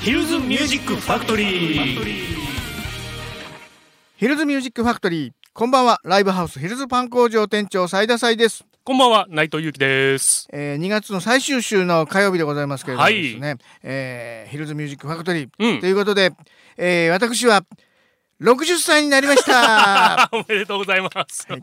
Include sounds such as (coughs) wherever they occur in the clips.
ヒルズミュージックファクトリーヒルズミュージックファクトリー。こんばんは。ライブハウスヒルズパン工場店長斉田斉です。こんばんは内藤裕樹ですえー、2月の最終週の火曜日でございますけれどもはいですね、えーヒルズミュージックファクトリー、うんということで、えー私は60歳になりました (laughs) おめでとうございます、昨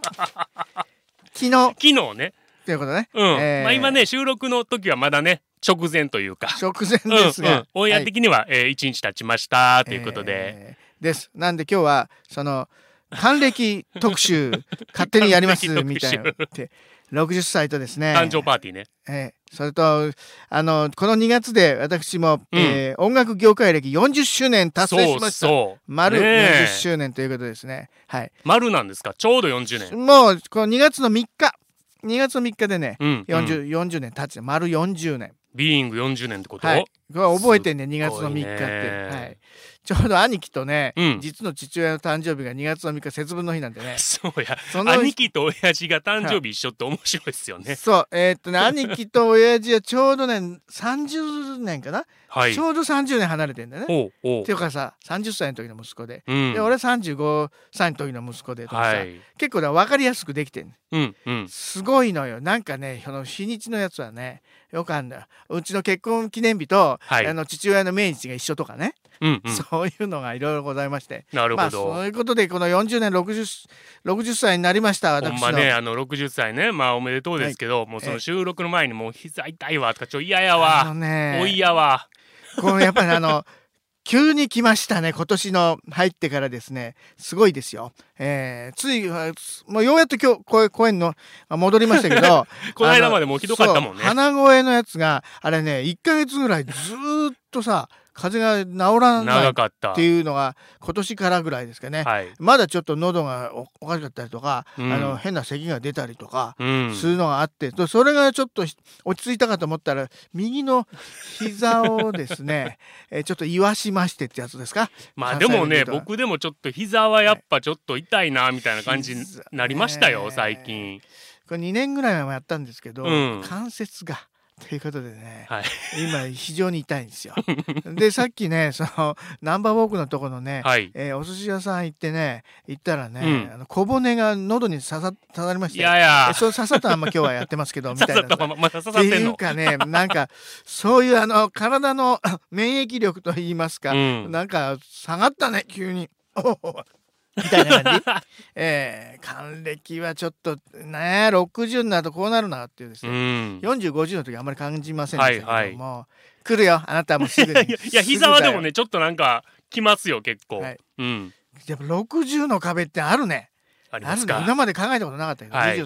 日昨日ねということね、うん、えーまあ今ね収録の時はまだね直前というか直前ですが、うんうん、オンエはアい的には、えー、1日経ちましたということで、えーですなんで今日はその還暦特 (laughs) 集勝手にやります還み暦特た集いなのって60歳とですね誕生パーティーねえーそれとあのこの2月で私も、うんえー音楽業界歴40周年達成しましそたうそう丸ねえ40周年ということですね。はい。丸なんですかちょうど40年もうこの2月の3日、2月の3日でね、うん、うん、 40 40年経つ丸40年。ビーイング40年ってこと、はい。これ覚えてんね、2ごい月の3日って。ねはい。ちょうど兄貴とね、うん。実の父親の誕生日が2月の3日節分の日なんでね (laughs) そうやその兄貴と親父が誕生日一緒って面白いですよねそうえーっとね兄貴と親父はちょうどね30年かな、はいちょうど30年離れてんだよね。おうおうっていうかさ30歳の時の息子で,、うんで俺35歳の時の息子でとかさ、はい結構ね分かりやすくできてんねうんうんすごいのよなんかねその日にちのやつはねよくあんだようちの結婚記念日と、はいあの父親の命日が一緒とかね、うんうんそういうのがいろいろございましてなるまほあそどういうことでこの40年 60, 60歳になりましたほん私まの、ねあの60歳ねまあおめでとうですけどもうその収録の前にもう膝痛いわとかちょ嫌やあわのおいねやわこのやっぱりあの (laughs) 急に来ましたね今年の入ってからですねすごいですよ、えーついあつもうようやっと今日こう公園のあ戻りました (laughs) けどこの間までもうひどかったもんそねう鼻声のやつがあれね1ヶ月ぐらいずーっとさ風邪が治らない長っかったていうのが今年からぐらいですかね、はいまだちょっと喉がおおかしかったりとか、うんあの変な咳が出たりとかうんするのがあって、とそれがちょっとひ落ち着いたかと思ったら右の膝をですね (laughs) えちょっと言わしましてってやつですかまあ関で西もね弁で言うと僕でもちょっと膝はやっぱちょっと痛いなみたいな感じになりましたよ膝ね最近これ2年ぐらい前もやったんですけど、うん関節がということでね、はい今非常に痛いんですよ。でさっきねそのナンバーウォークのとこのね、はいえーお寿司屋さん行ってね行ったらね、うんあの小骨が喉に刺さ刺さりまいしてやいやえそう刺さったまんま今日はやってますけどみた (laughs) 刺いさなったまままだ刺さっっててんいのうかねなんかそういうあの体の (coughs) 免疫力といいますか、うんなんか下がったね急 (laughs) に。おおみたいな感じ、 (laughs) えー、還暦はちょっとね60になるとこうなるなっていうですうね、ん4050の時あんまり感じませんでしたけども、はい来るよあなたもすぐにいや (laughs) いや膝はでもねちょっとなんかきますよ結構、はいうんすぐだよやっぱ60の壁ってあるねありあまるすねか今まで考えたことなかったけど、はい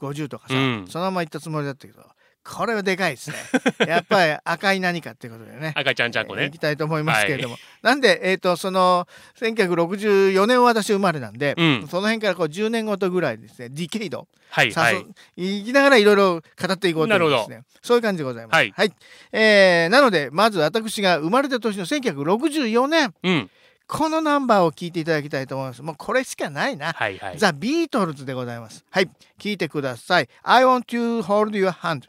20304050とかさ、うんそのまま行ったつもりだったけどこれはでかいですね (laughs) やっぱり赤い何かっていうことでね赤ちゃんちゃんこえーね行きたいと思いますけれども、なんでえっ、とその1964年は私生まれなんで、うんその辺からこう10年ごとぐらいですねディケイドはいさはあいそういきながらいろいろ語っていこうというですねそういう感じでございます。はいえーなのでまず私が生まれた年の1964年うんこのナンバーを聞いていただきたいと思います。もうこれしかないな。はいはいザ・ビートルズでございます。はい聞いてください。I want to hold your hand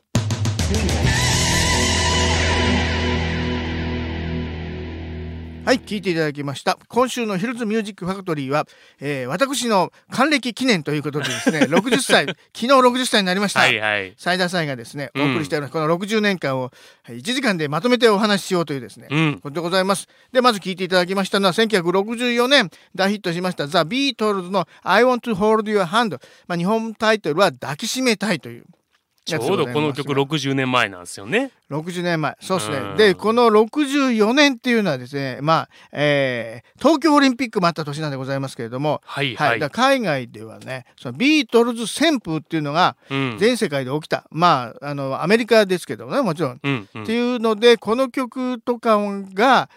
はい聞いていただきました今週のヒルズミュージックファクトリーは、えー私の還暦記念ということでで (laughs) すね60歳昨日60歳になりました、はいはい斉田さんがですねうおん送りしております、この60年間を1時間でまとめてお話ししようというですね、うんことでございますでまず聞いていただきましたのは1964年大ヒットしましたザ・ビートルズの「I want to hold your hand」まあ、日本タイトルは「抱きしめたい」というちょやつでうございどますこの曲60年前なんですよね60年前そうですね、うんでこの64年っていうのはですねまあ、えー東京オリンピックもあった年なんでございますけれども、はいはいはい、だから海外ではねそのビートルズ旋風っていうのがうん全世界で起きた、まああのアメリカですけどねもちろん。うんうんっていうのでこの曲とかが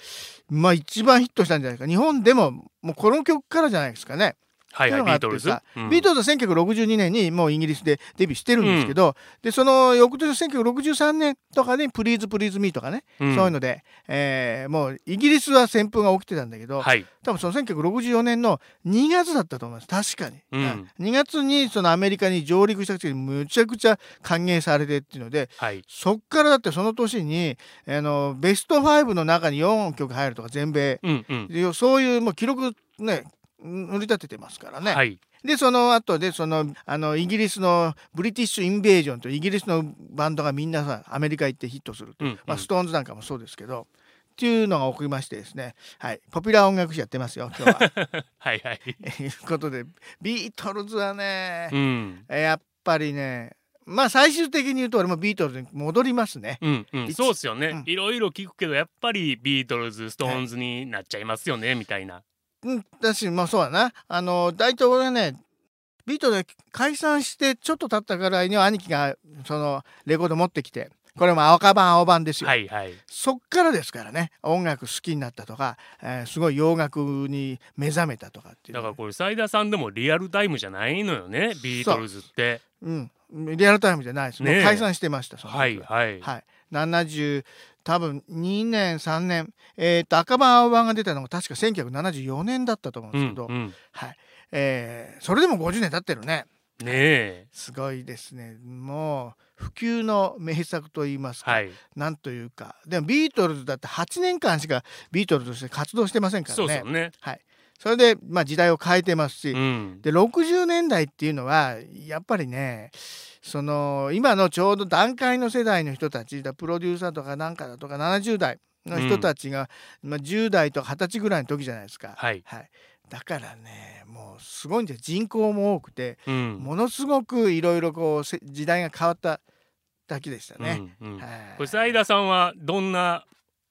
まあ一番ヒットしたんじゃないですか日本でももうこの曲からじゃないですかねはいていはういビのがあーってトルズ、さうんビートルズは1962年にもうイギリスでデビューしてるんですけど、でその翌年1963年とかに「プリーズプリーズミーとかね、うんそういうので、えーもうイギリスは旋風が起きてたんだけど、はい多分その1964年の2月だったと思います確かに、うん2月にそのアメリカに上陸した時にむちゃくちゃ歓迎されてっていうのではいそっからだってその年にあのベスト5の中に4曲入るとか全米うんうんでそういうもう記録ね塗り立ててますからね、はいでその後でそのあのイギリスのブリティッシュ・インベージョンとイギリスのバンドがみんなさアメリカ行ってヒットすると、うんうんまあ、ストーンズなんかもそうですけどっていうのが起こりましてですね、はい、ポピュラー音楽誌やってますよ今日 (laughs) は。はいはいということでビートルズはね、うんえやっぱりねまあ最終的に言うと俺もビートルズに戻りますね。うんうん、一そうっすよね、うんいろいろ聞くけどやっぱりビートルズストーンズになっちゃいますよね、みたいなうん、だしまあそうだなあの大統領ねビートルズ解散してちょっと経ったぐらいには兄貴がそのレコード持ってきてこれも赤版青版ですよ、はいはいそっからですからね音楽好きになったとか、えーすごい洋楽に目覚めたとかっていうだからこれ斉田さんでもリアルタイムじゃないのよねビートルズってうん、リアルタイムじゃないです、もねうえ解散してましたその時はいはい、はい、70多分2年3年、えー、と赤版青版が出たのが確か1974年だったと思うんうですけんど、うんねはいえーそれでも50年経ってるねえすごいですねもう普及の名作といいますか、はいなんというかでもビートルズだって8年間しかビートルズとして活動してませんからねそうっすよねはい、それで、まあ、時代を変えてますし、うんで60年代っていうのはやっぱりねその今のちょうど段階の世代の人たちだプロデューサーとかなんかだとか70代の人たちが、まあ、10代とか20歳ぐらいの時じゃないですか、はいはい、だからねもうすごいんですよ人口も多くてうんものすごくいろいろこうせ時代が変わっただけでしたね。うんうんはいこれ斉田さんはどんな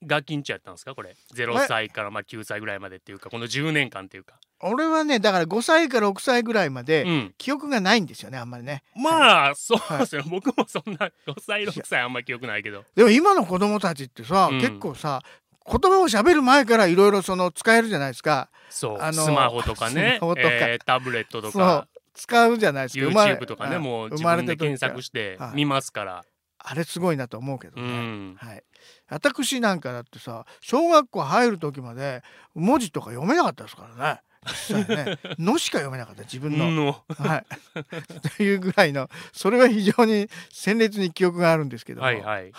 ガキンチやったんですかこれ0歳からまあ9歳ぐらいまでっていうかこの10年間っていうか、俺はねだから5歳から6歳ぐらいまで、うん、記憶がないんですよねあんまりね。まあそうですよ、僕もそんな5歳6歳あんまり記憶ないけどでも今の子供たちってさ、うん結構さ言葉を喋る前からいろいろその使えるじゃないですかそう、あのスマホとかねスマホとかえータブレットとか使うじゃないですか生まれ YouTube とかねあもう生自まれ分でた時検索かしてはい見ますから、らあれすごいなと思うけどうね、ん、はい、私なんかだってさ小学校入る時まで文字とか読めなかったですからね実際 (laughs) ね「の」しか読めなかった自分の。のはい、という (laughs) ぐらいのそれは非常に鮮烈に記憶があるんですけども、はいはい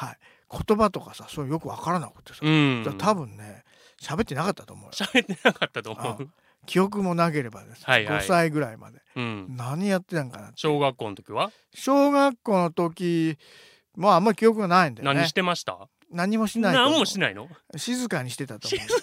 言葉とかさそうよくわからなくてさ、うんだから多分ね喋ってなかったと思うよ喋ってなかったと思う、記憶もなければです、はいはい5歳ぐらいまでうん、何やってたんかな小学校の時は小学校の時まああんまり記憶がないんだよね何してました、何もしないと何思うもしないの静かにしてたと静思か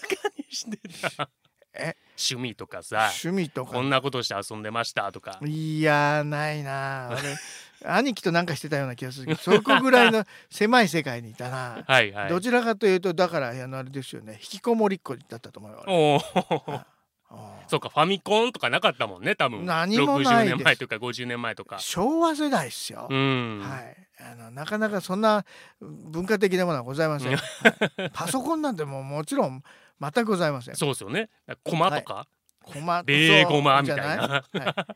にしてた (laughs) え趣味とかうさ趣味とこかんなことして遊んでましたとかいやーないなー俺兄貴となんかしてたような気がするけどそこぐらいの狭い世界にいたな、はいはいどちらかというとだからあのあれですよね引きこもりっ子だったと思うよ俺おおああ (laughs) そうかファミコンとかなかったもんね多分何もない60です年前とか50年前とか昭和世代っすよ、うん、はい、あのなかなかそんな文化的なものはございません。うんはいパソコンなんてもうもちろん全くござ (laughs) いません。そうですよねコマとか、コマレーゴマみそたういじゃなないは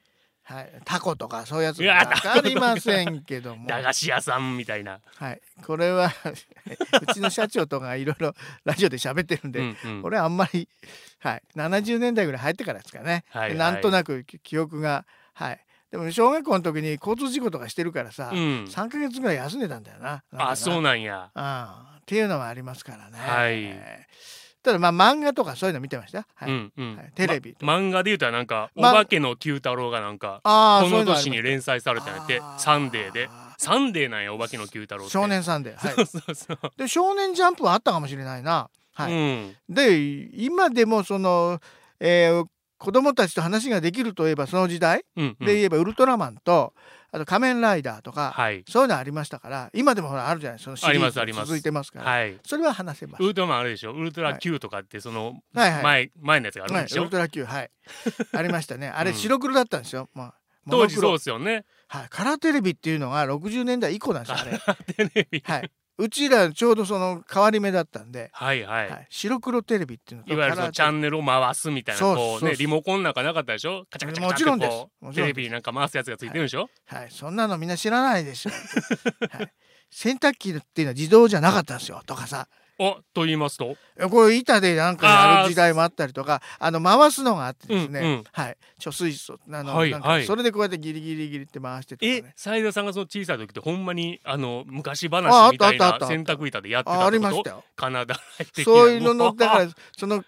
い、はい、タコとかそういうやついやわかりませんけども、駄菓子屋さんみたいな、はい、これは (laughs) うちの社長とかがいろいろラジオで喋ってるんで、うんうん俺あんまり、はい、70年代ぐらい入ってからですかね、はいはいなんとなく記憶がはいでも小学校の時に交通事故とかしてるからさ、うん、 3ヶ月ぐらい休んでたんだよななんかなあそうなんやああっていうのはありますからね。はいただまあ漫画とかそういうの見てました。はい。うんうんはいテレビま漫画で言うたらなんか「おま化けの九太郎」がなんかああこそういのうのあ年りまにす連載されたんやって「あーサンデー」で「サンデー」なんや「お化けの九太郎」って少年さん (laughs) で、はいそうそうそう、で少年ジャンプはあったかもしれないな。はい。うんで今でもその、えー子供たちと話ができるといえばその時代うんうんで言えばウルトラマンとあと仮面ライダーとか、はいそういうのありましたから今でもほらあるじゃないそのシリありーますズあがります続いてますから。はいそれは話せます。ウルトラマンあるでしょウルトラ Q とかってそのはい前、はい。前のやつがあるはんいで、しウょ、ルトラ (laughs) Q はい。ありましたね。あれうん白黒だったんですよ。まあ、モノ当ク時ロそうですよね (laughs) はい、カラーテレビっていうのが60年代以降なんですよね。テレビはい、うちらちょうどその変わり目だったんで、はいはい、はい白黒テレビっていうのといわゆるそのチャンネルを回すみたいなそうこうそうねリモコンなんかなかったでしょカチャカチャカチャもちろんってですこうもちテろんですレビになんか回すやつがついてるんでしょ、はい、そんなのみんな知らないでしょ、はい、 (laughs) 洗濯機っていうのは自動じゃなかったんですよとかさおと言いますとこれ板でなんかやあーる時代もあったりとかあの回すのがあってですね、うんうんはい、貯水槽あの、はいなんかはいそれでこうやってギリギリギリって回してとかえね斉田さんがその小さい時ってほんまにあの昔ああ話っみたたあっいたあっなた洗濯板でやってあたあっりてましこたとよカナダ的なそういうののだかららその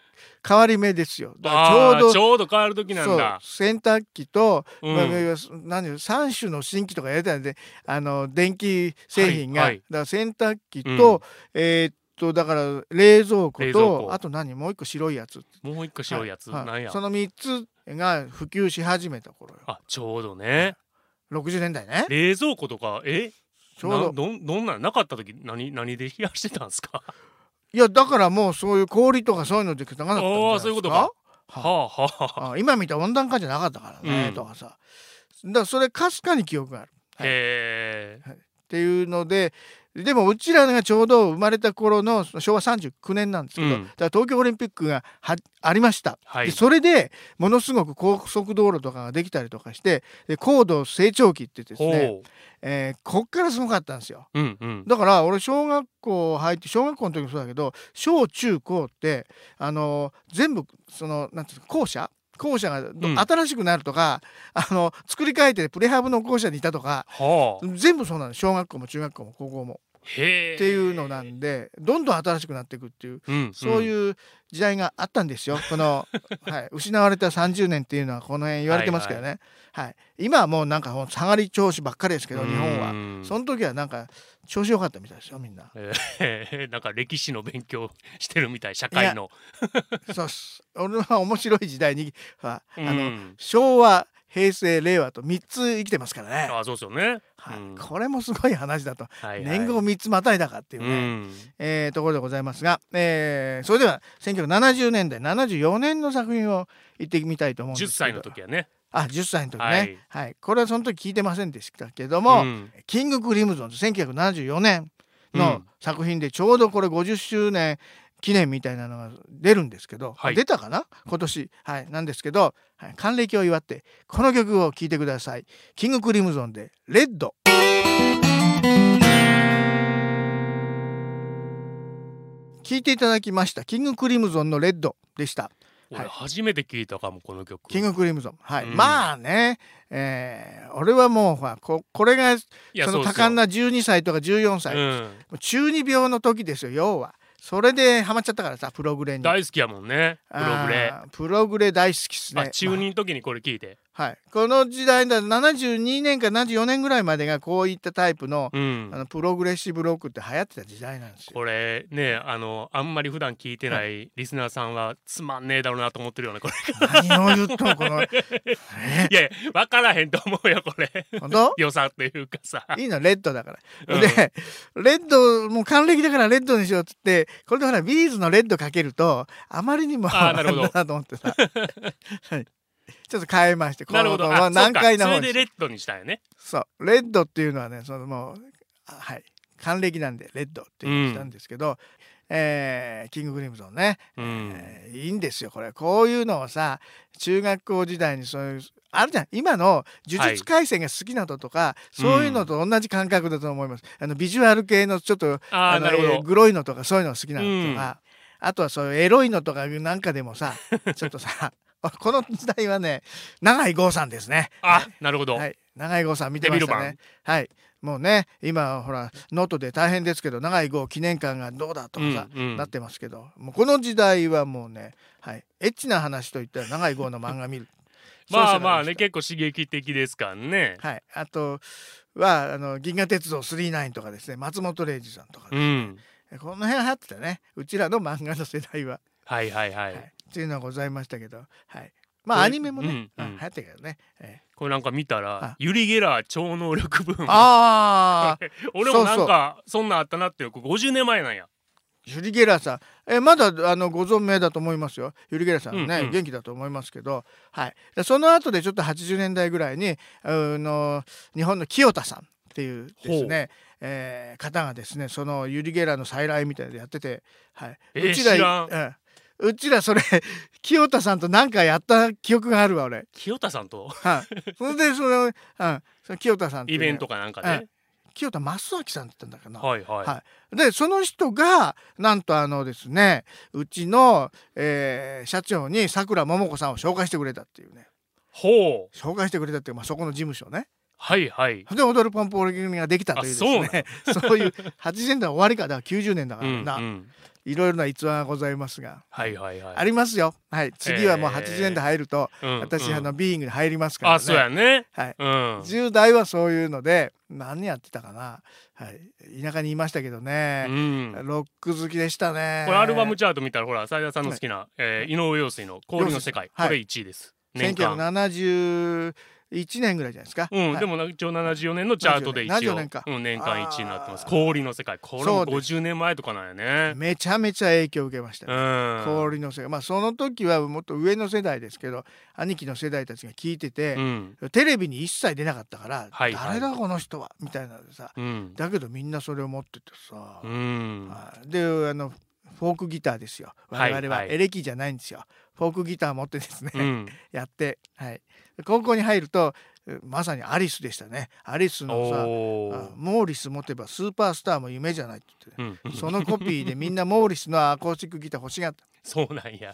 変わり目ですよだか (laughs) あらあちょうちどょうど変わる時なそんうだ洗濯機とうまあ、ん何よ三種の新規とかやりたいんであの電気製品が、はいはいだから洗濯機と、うんえーっとだから冷蔵庫冷蔵と庫あと何もう一個白いやつもう一個白いやつ、はいなんやその3つが普及し始めた頃よあちょうどね60年代ね冷蔵庫とかえちょうどなどんどんなんなかった時何何で冷やしてたんです (laughs) かいやだからもうそういう氷とかそういうのでなかったんじゃないあであすかそういうことかはあはあはああ今見た温暖化じゃなかったからね、うんとかさだからそれかすかに記憶があるはいへえっていうのででもうちらがちょうど生まれた頃のその昭和39年なんですけど、うんだから東京オリンピックがはありました、はいでそれでものすごく高速道路とかができたりとかしてで高度成長期って言ってですほね、うえーこっからすごかったんですようんうんだから俺小学校入って小学校の時もそうだけど小中高ってあの全部そのなんていうの校舎校舎がどうん新しくなるとか、あの作り変えてプレハブの校舎にいたとかはあ全部そうなの小学校も中学校も高校も。へえっていうのなんでどんどん新しくなっていくっていううんそううんいう時代があったんですよ、この、 (laughs) はい、失われた30年っていうのはこの辺言われてますけどね、はい今はもうなんかもう下がり調子ばっかりですけど日本はうんその時はなんか調子良かったみたいですよみんなへえなんか歴史の勉強してるみたい社会のそうっす俺は面白い時代にはあうんの、昭和平成令和と3つ生きてますからね、あそうですよねはいうんこれもすごい話だと、はいはい年号3つまたいだかっていうね、うんえーところでございますが、えーそれでは1970年代74年の作品を言ってみたいと思うんで10すけ歳どの時はねあ10歳の時ね、ははいいこれはその時聞いてませんでしたけども、んキング・クリムゾン1974年うのん作品でちょうどこれ50周年記念みたいなのが出るんですけど、はい出たかな今年、はい、なんですけど、はい、還暦を祝ってこの曲を聴いてください。キング・クリムゾンで「レッド」聴いていただきました「キング・クリムゾンのレッド」でした。はい俺初めて聞いたかもこの曲キング・クリムゾン、はいうんまあね、えー俺はもうほらここれがいやそのうっ多すよ感な12歳とか14歳、うんもう中二病の時ですよ要はそれでハマっちゃったからさプログレに大好きやもんねプログレあープログレ大好きっすねあ中二の時にこれ聞いてまあはいこの時代だ72年か74年ぐらいまでがこういったタイプの,、うんあのプログレッシブロックって流行ってた時代なんですよこれねあのあんまり普段聞いてないリスナーさんはつまんねえだろうなと思ってるよねこれ (laughs) 何を言っとんこのえいやいや分からへんと思うよこれ (laughs) 本当良さっていうかさいいのレッドだから。うんで、レッドもう還暦だからレッドにしようっつってこれでほらビーズのレッドかけるとあまりにもあーなるほどあれだ (laughs) なと思ってさ、はい、ちょっと変えまして (laughs) なるほどこのあそう難か解なそ方れにでレッドにしたよねそうレッドっていうのはねそのもうあはい還暦なんでレッドっていうのにしたんですけど、えーキングクリムゾンね、うんえーいいんですよこれこういうのをさ中学校時代にそういうあるじゃん今の呪術廻戦が好きなのとか、そういうのと同じ感覚だと思います、あのビジュアル系のちょっとああのなるほえーどグロいのとかそういうの好きなのとか、あとはそういうエロいのとかなんかでも (laughs) さちょっとさこの時代はね永井豪さんですねあなるほどはい、永井豪さん見てましたデビルマね。はい、もうね、今ほらノートで大変ですけど、永井豪記念館がどうだとかさ、うんうんなってますけど、もうこの時代はもうね、はい、エッチな話といったら永井豪の漫画見る。 (laughs) まあまあねそうし結構刺激的ですからねたらいいですはい、あとはあの銀河鉄道999とかですね、松本零士さんとか、うんこの辺流行ってたね。うちらの漫画の世代は、はいはいははいいっていうのはございましたけど、はい。まあこれアニメもね、うんあうん流行ってたけどね。ええこれなんか見たあらユリ・ゲラー超能力分ああ、俺もなんかそんなんあったなっていうこれ50年前なんやユリ・ゲラーさんえまだあのご存命だと思いますよユリ・ゲラーさんね、うんうん元気だと思いますけど、はい、でその後でちょっと80年代ぐらいにあの日本の清田さんっていうですね、えー方がですねそのユリ・ゲラーの再来みたいなのやってて、はいえーうちら知らんうんうちらそれ (laughs) 清田さんと何かやった記憶があるわ俺、清田さん (laughs) とはい、それでそれを、うん、その清田さんっていイうねベントかなんかね、清田正明さんって言ったんだかな、はいはい、はでその人がなんとあのですねうちの、えー社長にさくらももこさんを紹介してくれたっていうねほう紹介してくれたっていう、まあ、そこの事務所ねはいはいで踊るポンポール組ができたというですね (laughs) そういう80年代終わりかだから90年だうからん、うな、ん、いろいろな逸話がございますが、はいはいはいありますよはい次はもう80年代入ると、うん私、うんあのビーイングに入りますからねあそうやねはいうん10代はそういうので何やってたかな、はい、田舎にいましたけどうね、んロック好きでしたねこれアルバムチャート見たらほら斉田さんの好きな、えー井上陽水の「氷の世界」はいこれ1位です年間1971年ぐらいじゃないですか。うん、はいでもな一応74年のチャートで一74応年かうん、年間1位になってますあー氷の世界これそもうで50年前とかなんやねめちゃめちゃ影響を受けましたうね。ん氷の世界まあその時はもっと上の世代ですけど兄貴の世代たちが聞いててう、んテレビに一切出なかったから、はいはい誰だこの人はみたいなのでさうんだけどみんなそれを持っててさ、うんはいであのフォークギターですよはい我々ははいエレキじゃないんですよ、フォークギター持ってですね、うんやって、はい、高校に入るとえまさにアリスでしたねアリスのさおあーモーリス持てばスーパースターも夢じゃないって言って (laughs) うね、んそのコピーでみんなモーリスのアコースティックギター欲しがったそうなんや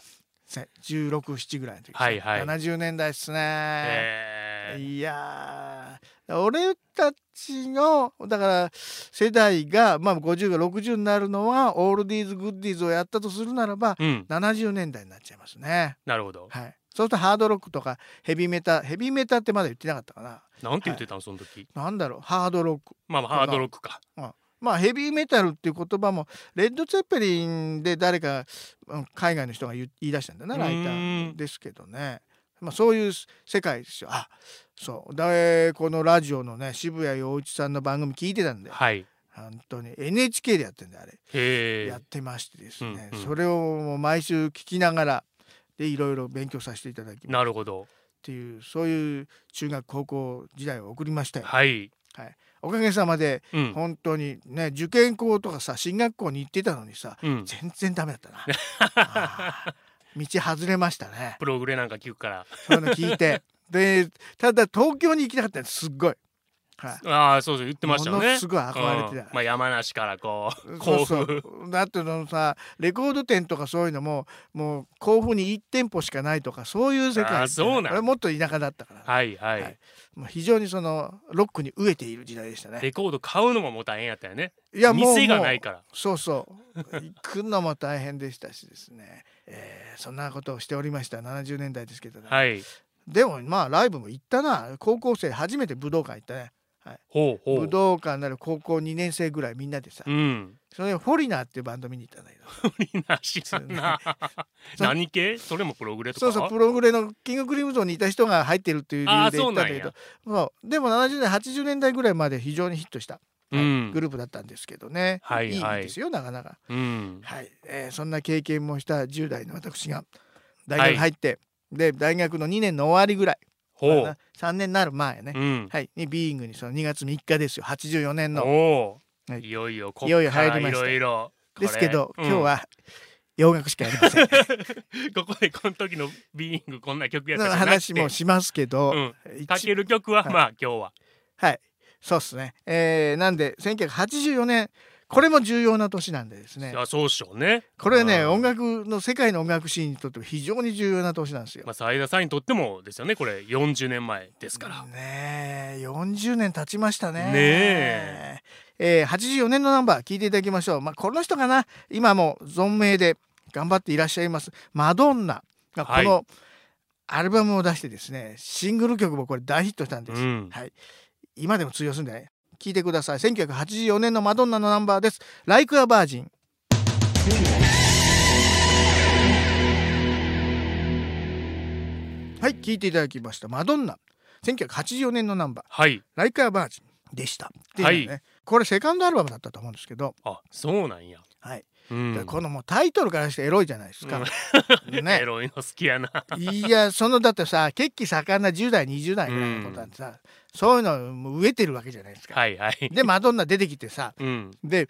167ぐらいの時ですね、はいはい70年代っすね、えーいやー俺たちのだから世代が、まあ、50が60になるのはオールディーズグッディーズをやったとするならばうん70年代になっちゃいますね。なるほどはい、そうするとハードロックとかヘビメタヘビメタってまだ言ってなかったかななんて言ってたんその時なんだろうハードロックまあまあハードロックかまあヘビーメタルっていう言葉もレッド・ツェッペリンで誰かうん海外の人が言い出したんだなライタうーーんですけどね、まあ、そういう世界ですよ。あそうだえこのラジオのね渋谷陽一さんの番組聞いてたんではい本当に NHK でやってんだよあれ、へえやってましてですね、うんうんそれをもう毎週聞きながらでいろいろ勉強させていただきっなるほどていうそういう中学高校時代を送りましたよ。はいおかげさまでうん本当にね受験校とかさ進学校に行ってたのにさうん全然ダメだった (laughs) なあー道外れましたねプログレなんか聞くからそういうの聞いてでただ東京に行きたかったんですすっごい、はい、ああそうそう言ってましたよもねのすごい憧れてうんた、まあ山梨からこうそ甲うそう府だってそのさレコード店とかそういうのももう甲府に1店舗しかないとかそういう世界あそうなん俺もっと田舎だったから、はいはい、はいもう非常にそのロックに飢えている時代でしたねレコード買うのももう大変やったよねいや店がないからそうそう。行くのも大変でしたしですね。えーそんなことをしておりました70年代ですけどね。はいでもまあライブも行ったな。高校生初めて武道館行ったね。ほうほう武道館なる高校2年生ぐらいみんなでさ、うんそれでフォリナーっていうバンド見に行ったんだけど。みんな知らんなそう何系それもプログレとかそうそうプログレのキングクリムゾンにいた人が入ってるっていう理由で行ったんだけあどそうでも70年80年代ぐらいまで非常にヒットしたうんグループだったんですけどね、はいいはいんですよなかなか。うんはい、えーそんな経験もした10代の私が大学入って、で大学の2年の終わりぐらいほまあうな3年になる前ね、うんはい、にビーイングにその2月3日ですよ84年おのおはいいよいよこっいよいよから入りまいしたろいろこれですけど、うん今日は洋楽しかやりません (laughs) ここでこの時のビーイングこんな曲やったのから話もしますけど、うん一かける曲ははいまあ今日ははいそうっすね、えーなんで1984年これも重要な年なんでですねあそうっしょうねこれね、うん音楽の世界の音楽シーンにとっても非常に重要な年なんですよ。まあ斉田さんにとってもですよねこれ40年前ですからねえ40年経ちましたねねええー84年のナンバー聞いていただきましょうまあこの人かな今も存命で頑張っていらっしゃいますマドンナがこはのアルバムを出してですね、シングル曲もこれ大ヒットしたんでうす、んはい今でも通用するんでね聞いてください1984年のマドンナのナンバーです「Like a Virgin」はい聞いていただきましたマドンナ1984年のナンバーはいライカーバージンでした。っていうのねはこれセカンドアルバムだったと思うんですけど、あそうなんやはいうんでこのもうタイトルからしてエロいじゃないですか。 (laughs) エね。ロいの好きやな。 (laughs) いやそのだってさ血気盛んな10代20代ぐらいの子たちさ、そういうのもう飢えてるわけじゃないですか。はいはい。でマドンナ出てきてさうん。で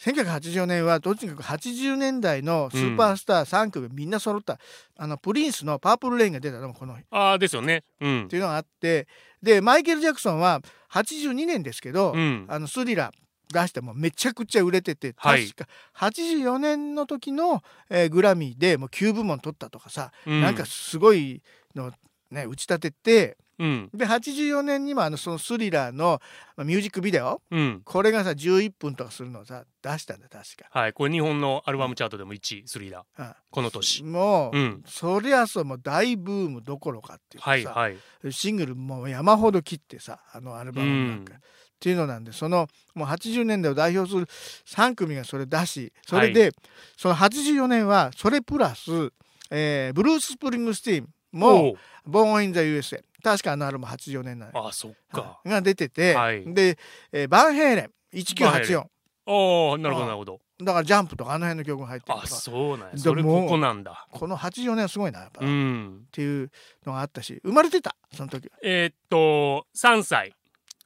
1980年はとにかく80年代のスーパースター3組みんな揃った、あのプリンスの「パープル・レイン」が出たのもこの日っああですよね。うんて。いうのがあってでマイケル・ジャクソンは82年ですけど、うん。あのスリラー出してもめちゃくちゃ売れててはい確か84年の時の、えーグラミーでもう9部門取ったとかさ、うなんか、すごいの、ね、打ち立ててうん。で84年にもあのそのスリラーのまあミュージックビデオうん。これがさ11分とかするのをさ出したんだ確か。はい。これ日本のアルバムチャートでも1位、スリラー。うんこの年。もう、うん。そりゃそうもう大ブームどころかっていうかさ、はいはい。シングルもう山ほど切ってさあのアルバムの中、うんっていうのなんでそのもう80年代を代表する3組がそれだしそれで、その84年はそれプラス、えーブルース・スプリングスティーンもおう「ボーン・イン・ザ・ USA」確かあのアルバム84年なのよああそっか。が出てて、はいで、えーバンヘイレンバンヘイレ1984ああなるほどなるほど。だから「ジャンプ」とかあの辺の曲が入ってるあとかそうなんや。でそれもうここなんだ。この84年はすごいなやっぱ、うっん。ていうのがあったし生まれてたその時は。えーっと3歳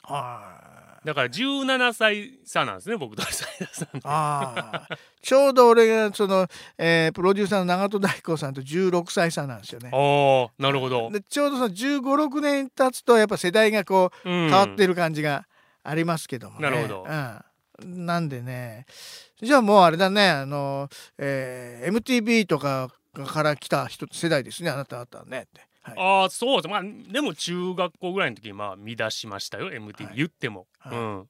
あーだから17歳差なんですね僕と斉田さ (laughs) ん。あーちょうど俺がその、えープロデューサーの長門大光さんと16歳差なんですよね。ああなるほど。でちょうどその1 5 6年経つとやっぱ世代がこう変変わってる感じがありますけどもね。なるほどうん、なんでねじゃあもうあれだねあの、えー MTV とかから来た人世代ですねあなたあなたはねって。はいああそうですまあでも中学校ぐらいの時にまあ見出しましたよ MTV、はい言っても、はいうん、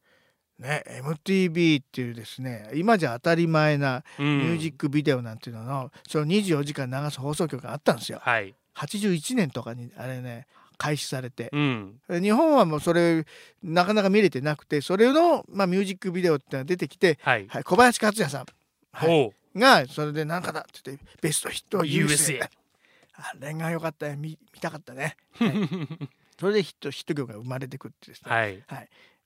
ね、MTV っていうですね今じゃ当たり前なうんミュージックビデオなんていうのの、その24時間流す放送局があったんですよ。はい81年とかにあれね開始されて、うん日本はもうそれなかなか見れてなくてそれの、まあ、ミュージックビデオってのが出てきて、はい、はい、小林克也さん、はおうい、がそれで何かだって言ってベストヒット USA, USA あれが良かったね見見たかっ (laughs) たね、はい、それでヒットヒット曲が生まれてくってです (laughs) ね、はい、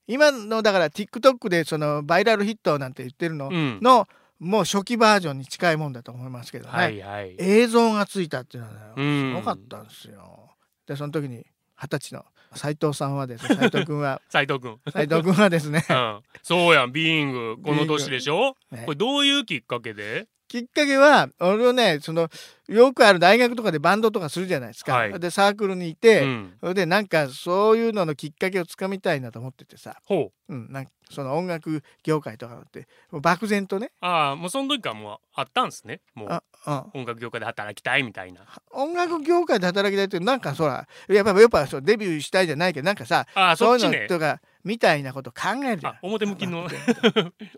今のだから TikTok でそのバイラルヒットなんて言ってるの、うん、のもう初期バージョンに近いもんだと思いますけどね、はいはい映像がついたっていうのはね、うんすごかったんですよ。でその時に二十歳の斉藤さんはですね斉藤君は (laughs) 斉藤君、斉藤君はで (laughs) すねうん、そうやんビーイングこの年でしょねこれどういうきっかけできっかけは俺はねそのよくある大学とかでバンドとかするじゃないですか。はいでサークルにいうて、ん、それでなんかそういうののきっかけをつかみたいなと思っててさ、ほううん、なんかその音楽業界とかって漠然とね、ああもうその時からもうあったんですねもうあうん、音楽業界で働きたいみたいな音楽業界で働きたいってなんかそらやっぱやっぱそうデビューしたいじゃないけどなんかさああそそうっいちうのねとかみたいなこと考えるじゃんあ表向き (laughs) の (laughs)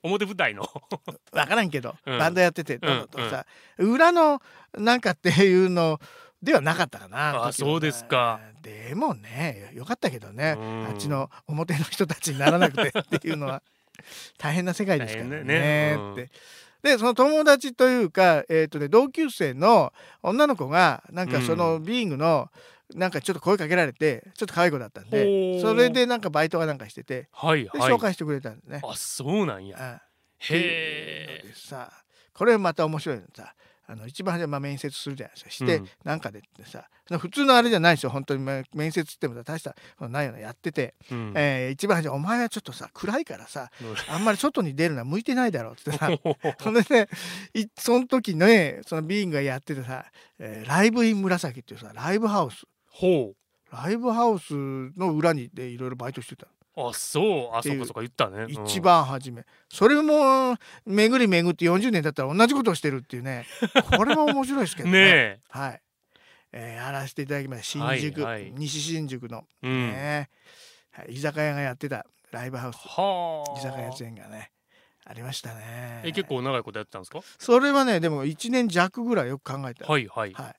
表舞台の分からんけど、うんバンドやっててどうのとかさ、裏のなんかっていうのではなかったかなあ時はねそうですかでもねよかったけどねうんあっちの表の人たちにならなくてっていうの (laughs) は大変な世界ですからね大変だよねうんって。でその友達というか、えーとね、同級生の女の子がなんかそのビーイングのなんかちょっと声かけられてちょっと可愛い子だったんほでーそれでなんかバイトかなんかしててはいではい紹介してくれたんでね。あそうなんやうんへえでさこれまた面白いのさあの一番初めまあ面接するじゃないですかして、うんなんかでってさその普通のあれじゃないですよ本当にまあ面接っても大したことないようなやってて、うんえー一番初め「お前はちょっとさ暗いからさうんあんまり外に出るのは向いてないだろ」って (laughs) さそれで、いその時ねそのビーイングがやっててさ「えーライブイン紫」っていうさライブハウス (laughs) ほうライブハウスの裏にでいろいろバイトしてたあそうあてそいううかそうか言ったね一、番初めそれも巡り巡って40年だったら同じことをしてるっていうねこれも面白いですけうどんね (laughs) ねはい、えーやらせていただきましたはい新宿、はい西新宿のえうんね、はい居酒屋がやってたライブハウスは居酒屋あ店がねありましたねえ結構長いことやってたんですかそれはねでも1年弱ぐらいよく考えたら、はいはい、はい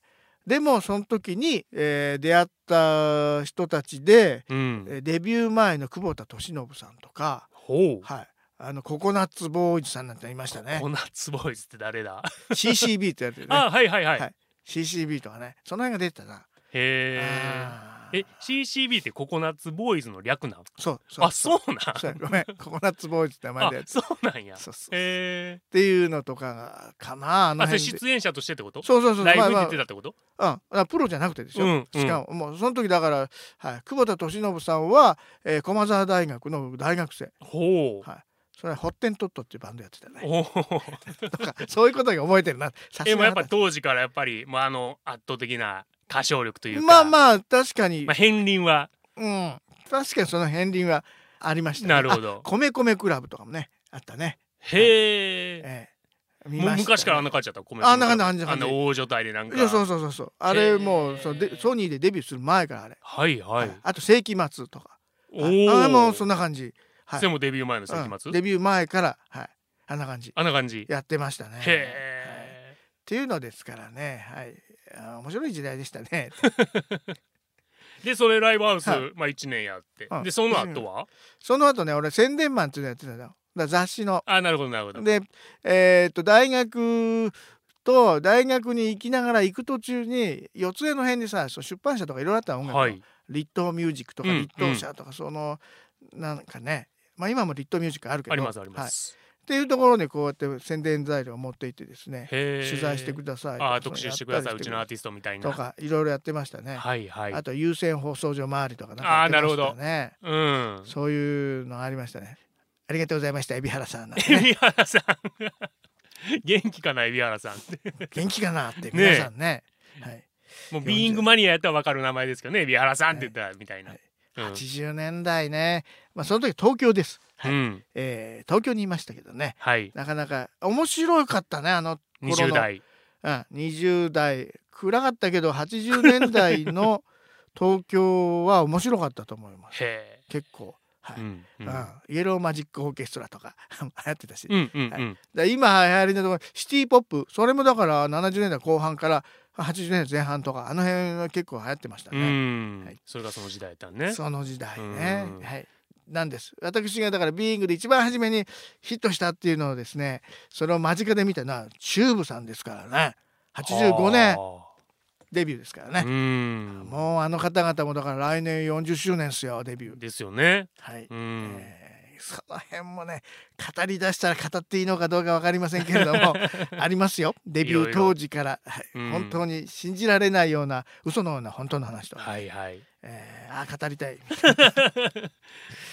でもその時に、えー出会った人たちで、うんえーデビュー前の久保田利伸さんとかほうはい。あのココナッツボーイズさんなんていましたねコ。ナッツボーイズって誰だ CCB ってやってるね。あはいはいはい、はい CCB とかね、その辺が出てたな。へえあーえ CCB ってココナッツボーイズの略なのそうそうあそうなんそうごめんココナッツボーイズって名前あでやつそうなんやそうそうっえていうのとかかなあー、のあそれ辺で出演者としてってことそうそうそうライまあブにま出あてたってこと、うん、だからプロじゃなくてですよ、うんうんしかももうその時だから、はい、久保田利伸さんは、えー駒澤大学の大学生ほう、はいそれはホッテントットっていうバンドやってたねおーとかそういうことが覚えてるなさすえもがやだっぱ当時からやっぱり、まあ、あの圧倒的な歌唱力というかまあまあ確かに、まあ片鱗はうん確かにその片鱗はありましたねなるほどあ米米クラブとかもねあったねへえ、ええもう昔からあんのな感じだった米ああんな感じあんなあ感じの大所帯でなんかいやそうそうそうそうあへれえもうそうでソニーでデビューする前からあれ、はいはい、あと世紀末とかおああもうそんな、な感じはいそれもデビュー前の世紀う末、んデビュー前からはいあんな感じあんな感じへやってましたね。はいっえていうのですからね、はい、あー面白い時代でしたね。 (laughs) でそれライブハウス、はいまあ1年やって、うんでその後はその後ね俺宣伝マンっていうのやってたのだから雑誌の。あなるほどなるほどでえーっと大学と大学に行きながら行く途中に四つ江の辺にさそう出版社とかいろいろあったの音楽の、はい立東ミュージックとかうん立東社とか、そのなんかねまあ今も立東ミュージックあるけどありますありはまい、っす、ていうところにこうやって宣伝材料を持って行ってですねへえ取材してくださいとかあー特集してくださいうちのアーティストみたいなとかいろいろやってましたね。はいはいあと有線放送所周りとかなんかやあーってましたね。うんそういうのありましたね。ありがとうございました、海老原さんなんてね。海老原さん元気かな海老原さんって元気かなっねえて皆さんね。はい。もうビーイングマニアやったら分かる名前ですけどね海老原さんって言ったらみたいな、はいうん80年代ね。まあその時東京です。はい。うんえー東京にいましたけどね。はいなかなか面白かったねあの、 20代うん、20代暗かったけど80年代 (laughs) の東京は面白かったと思います。へ結構。はえ、い。うんううんん、イエローマジックオーケストラとか (laughs) 流行ってたし、うんうんうんはだから今流行りのところシティポップそれもだから70年代後半から80年代前半とかあの辺は結構流行ってましたうね、んはいそれがその時代やったんねその時代ねうんはいなんです私がだからビーイングで一番初めにヒットしたっていうのをですねそれを間近で見たのはチューブさんですからね85年はデビューですからあね、うんもうあの方々もだから来年40周年ですよデビューですよねはい、うんえーその辺もね語り出したら語っていいのかどうか分かりませんけれど (laughs) もありますよデいビろュいーろ当時からはいうん本当に信じられないような嘘のような本当の話と、はいはいえーあー語りたい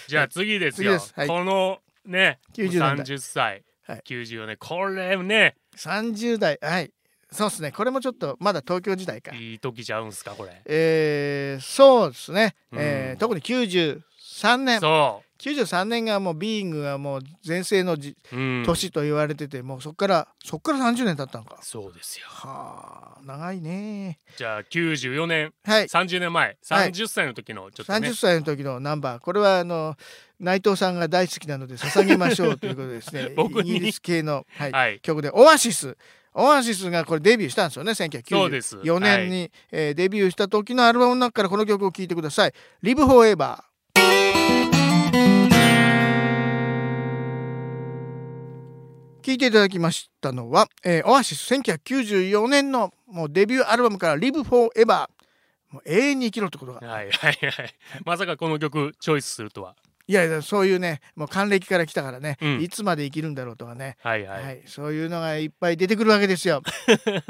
じゃあ次ですよ次ですはいこのね90年代30歳はい94年これね30代はいそうですねこれもちょっとまだ東京時代か、いい時ちゃうんすかこれえーそうですね、うえーん特に93年そ93年がもうビーイングがもう全盛のじううん年と言われてて、もうそっからそっから30年経ったのかそうですよはあ長いねじゃあ94年はい30年前はい30歳の時のちょっとね30歳の時のナンバーこれはあの内藤さんが大好きなので捧げましょうということでですね (laughs) 僕イにギリス系の、はいはい曲でオアシスオアシスがこれデビューしたんですよねそうです1994年に、えーデビューした時のアルバムの中からこの曲を聴いてください「リブ・フォーエバー」聴いていただきましたのは、えーオアシス1994年のもうデビューアルバムから「リブ・フォーエバー」もう永遠に生きろってことがはいはいはいまさかこの曲チョイスするとはいやいやそういうねもう還暦から来たからね、うんいつまで生きるんだろうとかね、はいははいいそういうのがいっぱい出てくるわけで (laughs) すよ。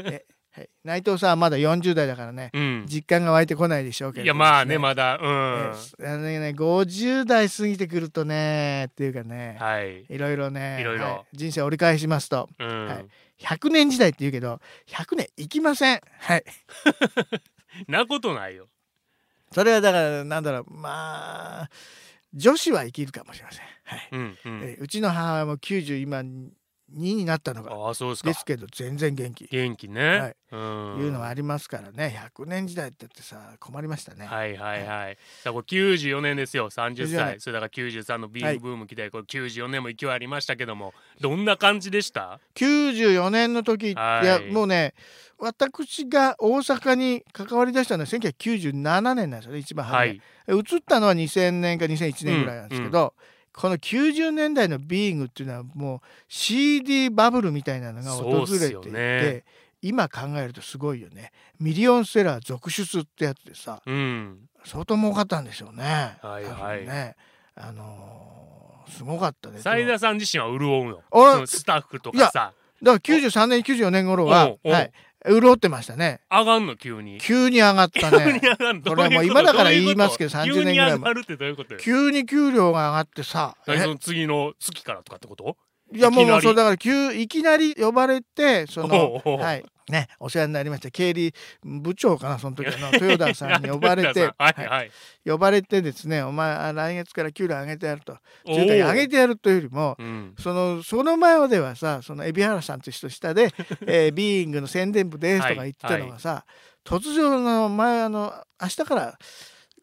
えはい、内藤さんはまだ40代だからねうん実感が湧いてこないでしょうけれいどやもまあねですまだうえんえあのね50代過ぎてくるとねっていうかね、はいい、ろいろねいろいろは人生折り返しますとうはいん100年時代って言うけど100年いきません。はい、なことないよそれはだからなんだろうまあ女子は生きるかもしれません。はいうんうんえーうちの母親も90今2になったのがああそうですかですけど全然元気い元気はねいうんうのはありますからね100年時代ってってさ困りましたね、はいはいはい。だからこれ94年ですよ、30 94歳。それだから93のビールブーム来て、これ94年も勢いありましたけども、どんな感じでした94年の時、い、はいやもうね私が大阪に関わり出したのは1997年なんですよね一番初め、はい。移ったのは2000年か2001年ぐらいなんですけど、この90年代のビーイングっていうのはもう CD バブルみたいなのが訪れていそうっすよて、ね今考えるとすごいよねミリオンセラー続出ってやつでさうん相当儲かったんでしょうね。はいはい多分ねあのーすごかったね。斉田さん自身は潤うのあそのスタッフとかさだから93年94年頃はお、うおうはい、潤ってましたね上がんの急に急に上がった (laughs) ね急に上がんのこれはもうどい今だからどうい言ういことますけど30年ぐら急い前に上がるってどういうことよ急に給料が上がってさ何そえの次の月からとかってこといやもいきなうりそうだから急いきなり呼ばれてそのおうおうはいねお世話になりました経理部長かなその時の豊田さ (laughs) んに呼ばれて、はいははいい呼ばれてですねお前あ来月から給料上げてやるとお中ー華上げてやるというよりもうんそのその前まではさその海老原さんという人下で「えービーイングの宣伝部です」とか言ってたのがさ、突如の前あの明日から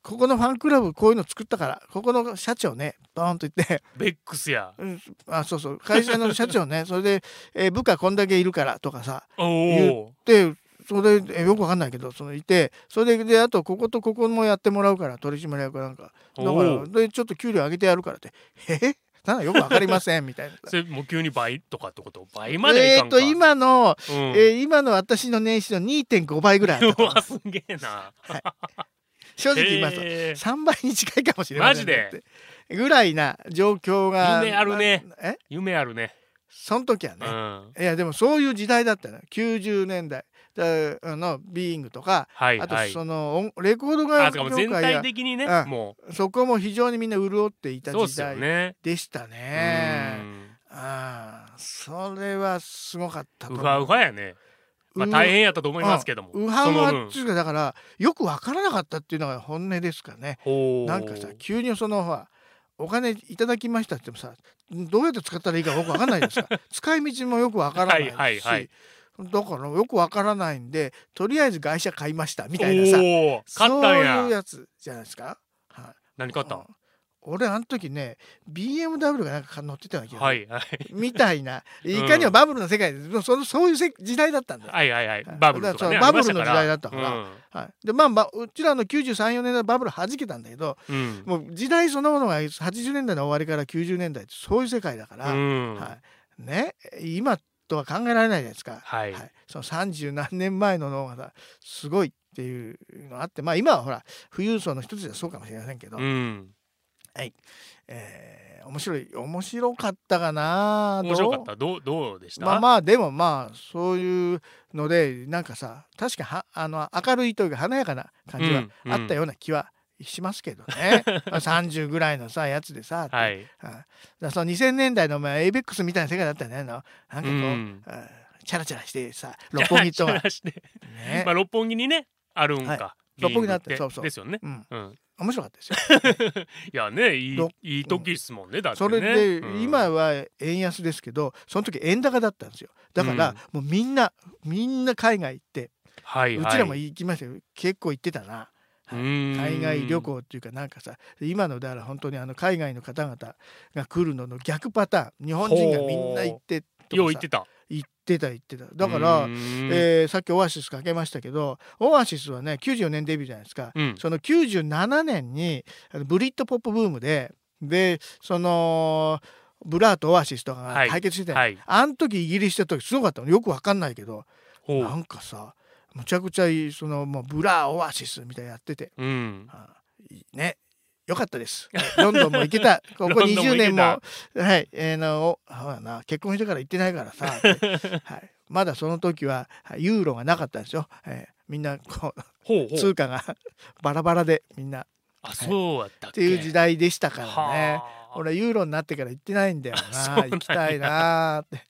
ここのファンクラブこういうの作ったからここの社長ねドーンと言ってベックスやうんあそうそう会社の社長ねそれで、えー部下こんだけいるからとかさお言おでそれでえよくわかんないけどそのいてそれでであとこことここもやってもらうから取締役なんかだかおらーでちょっと給料上げてやるからって「え (laughs) なんかよくわかりません」みたいな。それもう急に倍とかってこと倍までいかんかえーと今の、うんえー今の私の年収の2.5倍ぐらい (laughs) あったうとわすげえな正直言いますとへー3倍に近いかもしれませんねマジってぐらいな状況が夢あるねなえ夢あるねその時はうね、んいやでもそういう時代だったのよ90年代だあのビーイングとか、はいあとはいその音レコードあがしかも業全界体や的にねうんもそこも非常にみんな潤っていうたそうっ時すよ代ねでしたうね。んああそれはすごかったとう思はうはやねまあ大変やったと思いますけどもうはうそのは分っていうかだからよくわからなかったっていうのが本音ですかね。ほうなんかさ急にそのほらお金いただきましたって言ってもさどうやって使ったらいいかよくわかんないですか (laughs) 使い道もよくわからないし、はいはいはいだからよくわからないんでとりあえず会社買いましたみたいなさおー買ったそういんうややつじゃないですか。はい何買ったんうん俺あの時ね BMW がなんか乗ってたような気がする、はいはいみたいなんいかにもバブルの世界で、でもそのそういうせ時代だったんだよ、はいはいはいはいバブルとかねだからありそうまバブルのし時代だったからうんはい、でまあまあうちらの934年代バブルはじけたんだけどうんもう時代そのものが80年代の終わりから90年代ってそういう世界だから、うんはいね、今とは考えられないじゃないですか、はいはい、その30何年前の脳がさすごいっていうのがあってまあ今はほら富裕層の一つではそうかもしれませんけど、うんえー面白い面白かったかなどう面白かったどうどうでしたまあまあでもまあそういうのでなんかさ確かはあの明るいというか華やかな感じはあったよような気はしますけど (laughs) ね、まあ30ぐらいのさやつではさ、っていうんだからその2000年代のまあ ABEX みたいな世界だったんじゃないのなんかこうう、んうんチャラチャラしてさ六本木 (laughs) とかねまあ、六本木にねあるんか、はビーイング六本木だってそうそうですよね、うん、うん、面白かったですよ。いやねいいろいい時っすもんね、だってねそれで、うん今は円安ですけどその時円高だったんですよだから、もうみんなみんな海外行って、はいはいうちらも行きましたよ結構行ってたな海外旅行っていうかなんかさ今のだから本当にあの海外の方々が来るのの逆パターン日本人がみんな行ってとよう行かさってた行ってた行ってただから、えーさっきオアシスかけましたけどオアシスはね94年デビューじゃないですか、うんその97年にあのブリッドポップブームででそのブラーとオアシスとかが対決してたーよ、はいあの時イギリス行った時すごかったのよくわかんないけどほなうんかさむちゃくちゃいいそのもうブラーオアシスみたいなやっててうんあいいね。よかったです。 (laughs) ロンドンも行け (laughs) た。ここロンドンも20行け年も、たはい、えーの、おほらな、結婚してから行ってな (laughs) いからさ、はい、まだその時ははいユーロがなかったんですよ。えーみんなこほううほう通貨が (laughs) バラバラでみんなっあそうだったっていう代時代でしたからね。はあ俺ユーロになってから行ってないんだよ (laughs) そうなな。んや行きたいなーって。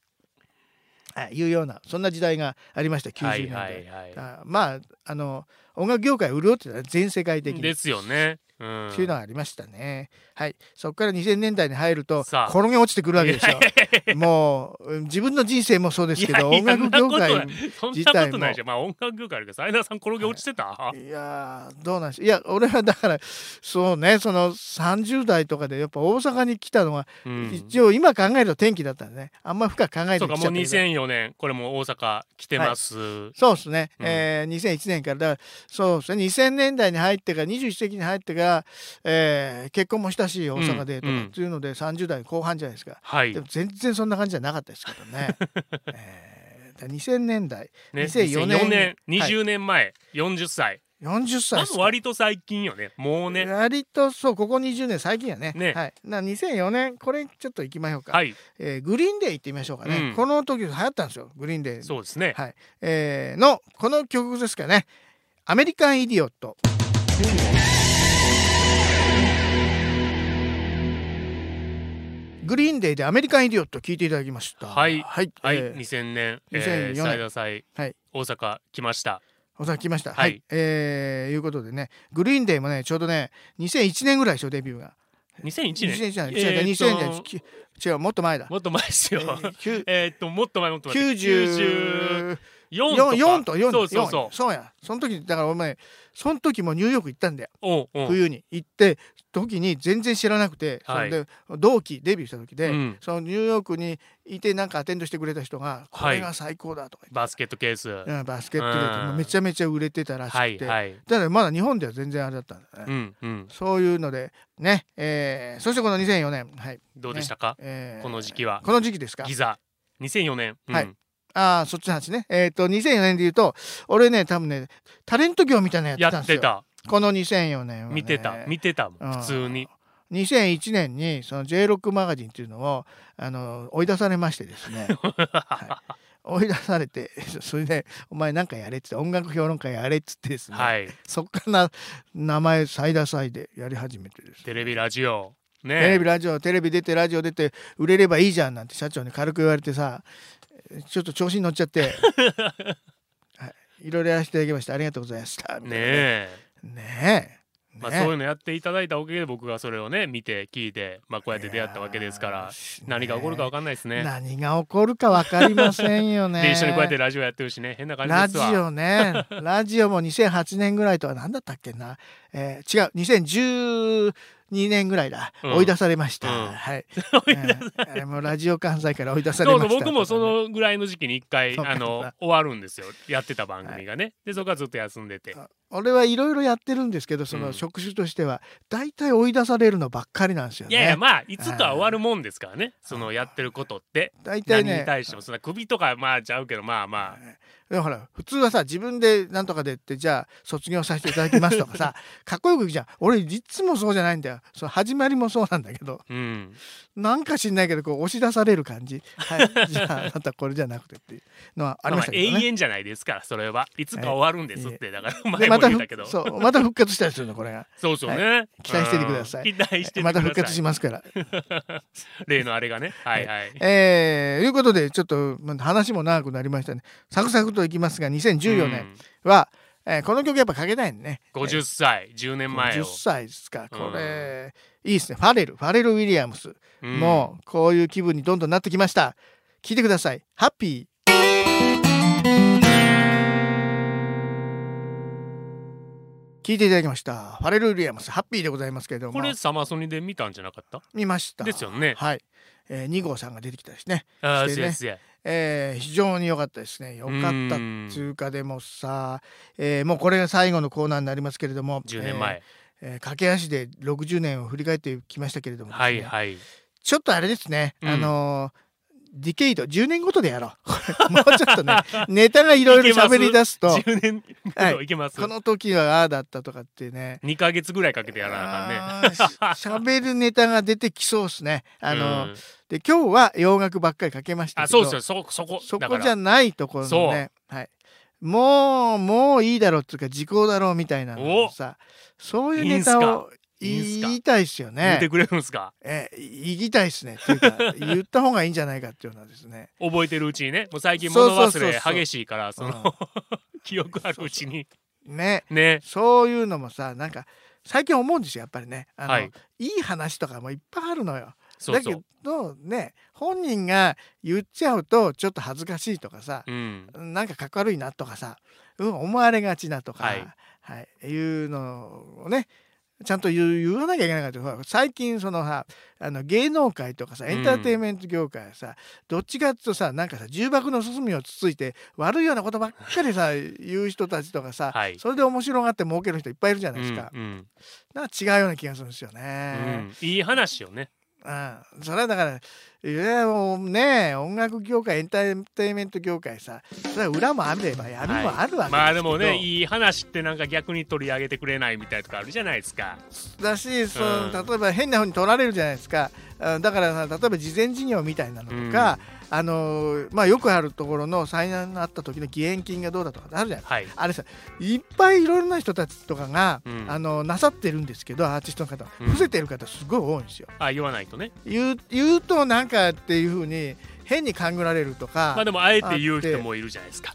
はい、いうようなそんな時代がありました90年代、はいはいはあまああの音楽業界は潤ってたね全世界的いにですよね、うん、っていうのがありましたね。はい、そこから2000年代に入るとさあ転げ落ちてくるわけですよいや。もううん自分の人生もそうですけどいや音楽業界そん自な体こもとないじゃんまあ音楽業界あるけど斉田さん転げ落ちてた、いやーどうなんでしょういや俺はだからそうねその30代とかでやっぱ大阪に来たのは、うん一応今考えると天気だったんでねあんま深く考そえてうかもきちゃうったけど2004年これもう大阪来てます、そうですね、うんえー2001年からだからそうですね2000年代に入ってから21世紀に入ってから、えー結婚もしたし大阪でとうんうかんっていうので30代後半じゃないですか。はい (laughs) でも全然そんな感じじゃなかったですけどね。えーだ2000年代ね、2004 2004年年20年前、40歳40歳まですずか割と最近よねもうね割とそうここ20年最近やねねはい、な2004年これちょっと行きましょうか、はいえーグリーンデイ行ってみましょうかね、うんこの時流行ったんですよグリーンデイそうですねはいえーのこの曲ですかね「アメリカン・イディオット」グリーンデイで「アメリカン・イディオット」聞いていただきましたはいはい、はい、えー2000年えー2004年斉田祭、はい大阪来ましたおさきましたははいい、えーいうことでねグリーンデイもねちょうどね2001年ぐらいでしょデビューが2001 1年年じゃないえー違うと違う2000年違うもっと前だもっと前ですよ9 (laughs) えーっともっと前もっと前94 94とかと4そうそうそうそうやその時だからお前その時もニューヨーク行ったんだよおうおう冬に行って時に全然知らなくて、はいそれで同期デビューした時で、うんそのニューヨークにいてなんかアテンドしてくれた人が「こはいれが最高だ」とか言バスケットケースって、うんバスケットでうんめちゃめちゃ売れてたらしくて、はいはいただまだ日本では全然あれだったんだね、うんうんそういうのでね、えーそしてこの2004年、はいどうでしたか、えーこの時期はこの時期ですかギザ2004年、うんはいああそっちの話ねえっ、と2004年で言うと俺ね多分ねタレント業みたいなのややってたっんですてよたこの2004年は、ね、見てた見てたもんうん普通に2001年にその J ロックマガジンっていうのをあの追い出されましてで (laughs) すね、はい追い出されて (laughs) それで「お前なんかやれ」っつって音楽評論家やれっつってですね、はいそっから名前最大祭でやり始めてですねテレビラジオねテレビラジオテレビ出てラジオ出て売れればいいじゃんなんて社長に軽く言われてさちょっと調子に乗っち (laughs) ゃって、はい、いろいろやらせていただきましたありがとうございましたみねたいなえねえまあ、ねそういうのやっていただいたおかげで僕がそれをね見て聞いて、まあ、こうやって出会ったわけですかいやらー何が起こるか分かんないですね。何が起こるか分かりませんよね。で一緒にこうやってラジオやってるしね変な感じでラすジわ。オねラジオも2008年ぐらいとは何だったっけな、えー違う2012年ぐらいだ、うん追い出されました、うん (laughs) はい、えーあれもラジオ関西から追い出されそうましそたう僕もそのぐらいの時期に一回そうかあの終わるんですよやってた番組がね、でそこからずっと休んでてあ俺はいろいろやってるんですけどそうんの職種としては大体追い出されるのばっかりなんですよいやいやね。まあいつかは終わるもんですからねそのやってることって大体何にね対してもそんな首とかまあちゃうけどまあまあでもほら普通はさ自分でなんとかでってじゃあ卒業させていただきますと (laughs) かさかっこよく言うじゃん俺いつもそうじゃないんだよその始まりもそうなんだけどうんなんか知んないけどこう押し出される感じ、はい、 (laughs) じゃああなたこれじゃなくてっていうのはありましたけどあ永ね。遠じゃないですからそれはいつか終わるんですってだからで前もまた言っふたけどそうまた復活したりするのこれがそうそうね。期待しててくださいうん期待しててください。また復活しますから。例のあれがね。はいはい。えー、いうことでちょっとまあ話も長くなりましたねサクサクといきますが2014う年ん。は、えーこの曲やっぱかけたいんでね50歳、10年前10を。歳ですかこれ、いいですねファレルファレル・ウィリアムス、うんもうこういう気分にどんどんなってきました聞いてくださいハッピー聞いていただきましたファレル・ウィリアムスハッピーでございますけれどもこれサマソニで見たんじゃなかった見ましたですよねはい、えー、2号さんが出てきたですね、ああ、してせねやせや。えー、非常に良かったですね良かったっていうかでもさ、えー、もうこれが最後のコーナーになりますけれども10年前。えー駆け足で60年を振り返ってきましたけれどもですね、はいはい。ちょっとあれですね、うんあのーディケイド10年ごとでやろう (laughs) もうちょ (laughs) っとねネタがいろいろ喋り出すと10年はいいけますこ。の時はああだったとかってね2ヶ月ぐらいかけてやらなあかんね。あーし喋るネタが出てきそうですねあのー、うんで今日は洋楽ばっかりかけましたあ、けどそうですよ。そそこ。そだこかじゃら。ないところのね、はい、もうもういいだろうっていうか時効だろうみたいなのをさそういうネタをいいんすかいいんすか言いたいですよね言ってくれるんすかえ言いたいですねっていうか (laughs) 言った方がいいんじゃないかっていうのはですね覚えてるうちにね。もう最近そう物そうそう忘そうれ激しいから、その (laughs) 記憶あるうちに。ねね。そういうのもさなんか最近思うんですよやっぱりねあの、はいい、い話とかもいっぱいあるのよそうそうだ。けどね本人が言っちゃうとちょっと恥ずかしいとかさ、うん。なんかかっこ悪いなとかさ、うん、思われがちなとか、ははいいいうのをねちゃんと言う言わなきゃいけなかったほら最近そのさあの芸能界とかさエンターテインメント業界はさ、どっちかっていうとさなんかさ重箱の隅をつついて悪いようなことばっかりさ言う人たちとかさ、はいそれで面白がって儲ける人いっぱいいるじゃないですか、うんうんなんか違うような気がするんですようね。んいい話をねうん、それはだからいやもうね音楽業界エンターテインメント業界さそれは裏もあれば闇もあるわけですけど、まあでもねいい話ってなんか逆に取り上げてくれないみたいとかあるじゃないですかだしその、うん例えば変な方に取られるじゃないですかあだからさ例えば慈善事業みたいなのとか、あのーまあ、よくあるところの災難があった時の義援金がどうだとかってあるじゃないはいあれさいっぱいいろんな人たちとかが、うんあのなさってるんですけどアーティストの方、うん伏せてる方すごい多いんですよ。あ言わないとね言う言うとなんかっていうふうに変に勘ぐられるとか、まあでもあえて言う人もいるじゃないですか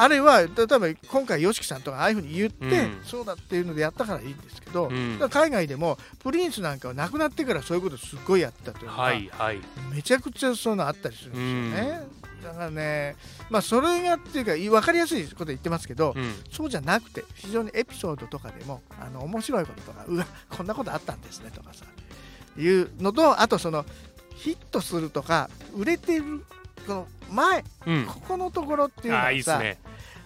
あるいは例えば今回 YOSHIKI さんとかああいうふうに言って、うんそうだっていうのでやったからいいんですけど、うんだから海外でもプリンスなんかは亡くなってからそういうことすっごいやったというか、はいはいめちゃくちゃそういうのあったりするんですよね。だからね、まあ、それがっていうか分かりやすいこと言ってますけど、うんそうじゃなくて非常にエピソードとかでもあの面白いこととかうわこんなことあったんですねとかさいうのとあとそのヒットするとか売れてるこの前うんここのところっていうのあはさーいいっすね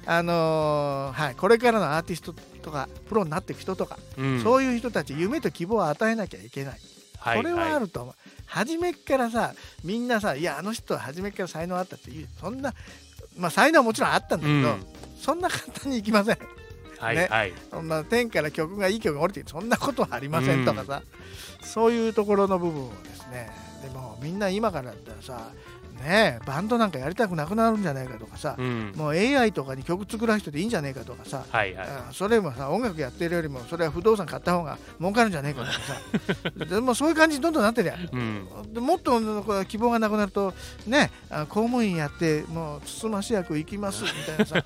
あのーはい、これからのアーティストとかプロになっていく人とか、うんそういう人たち夢と希望を与えなきゃいけない、はいこれはあいると思う初めっからさみんなさ「いやあの人は初めっから才能あった」って言うそんな、まあ、才能はもちろんあったんだうけんど、そんな簡単にいきませんはいねはいそんな天から曲がいい曲が降りてきてそんなことはありませんとかさ、そういうところの部分をですねでもみんな今からだったらさねえバンドなんかやりたくなくなるんじゃないかとかさう、んもう AI とかに曲作らん人でいいんじゃねえかとかさ、はいはいうんそれもさ音楽やってるよりもそれは不動産買った方が儲かるんじゃねえかと (laughs) かさでもそういう感じにどんどんなってるやんうんでもっとこう希望がなくなるとねあ公務員やってもうつつまし役行きますみたい (laughs) なさ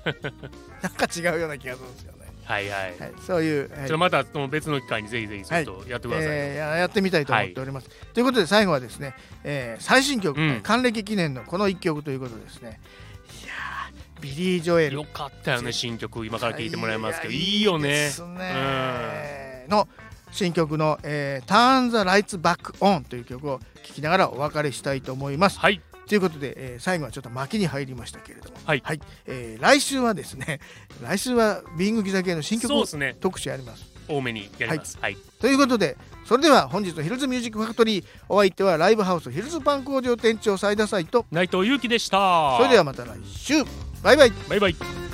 なんか違うような気がするんですよね、はいはいはい、そういう、はいちょっとまたその別の機会にぜひぜひちょっとやってください、えーややってみたいと思っております、ということで最後はですね、えー最新曲、うん還暦記念のこの一曲ということですねいやービリー・ジョエルよかったよね新曲今から聴いてもらいますけどいいよいいねですねの新曲の、えー「Turn the Lights Back On」という曲を聴きながらお別れしたいと思います。はいということで、えー最後はちょっと巻きに入りましたけれども、はいえー来週はですね (laughs) 来週はビングギザ系の新曲そうですね特集やります。多めにやりますはい、ということでそれでは本日のヒルズミュージックファクトリーお相手はライブハウスヒルズパン工場店長斉田斎と内藤裕樹でしたそれではまた来週バイバイバイバイ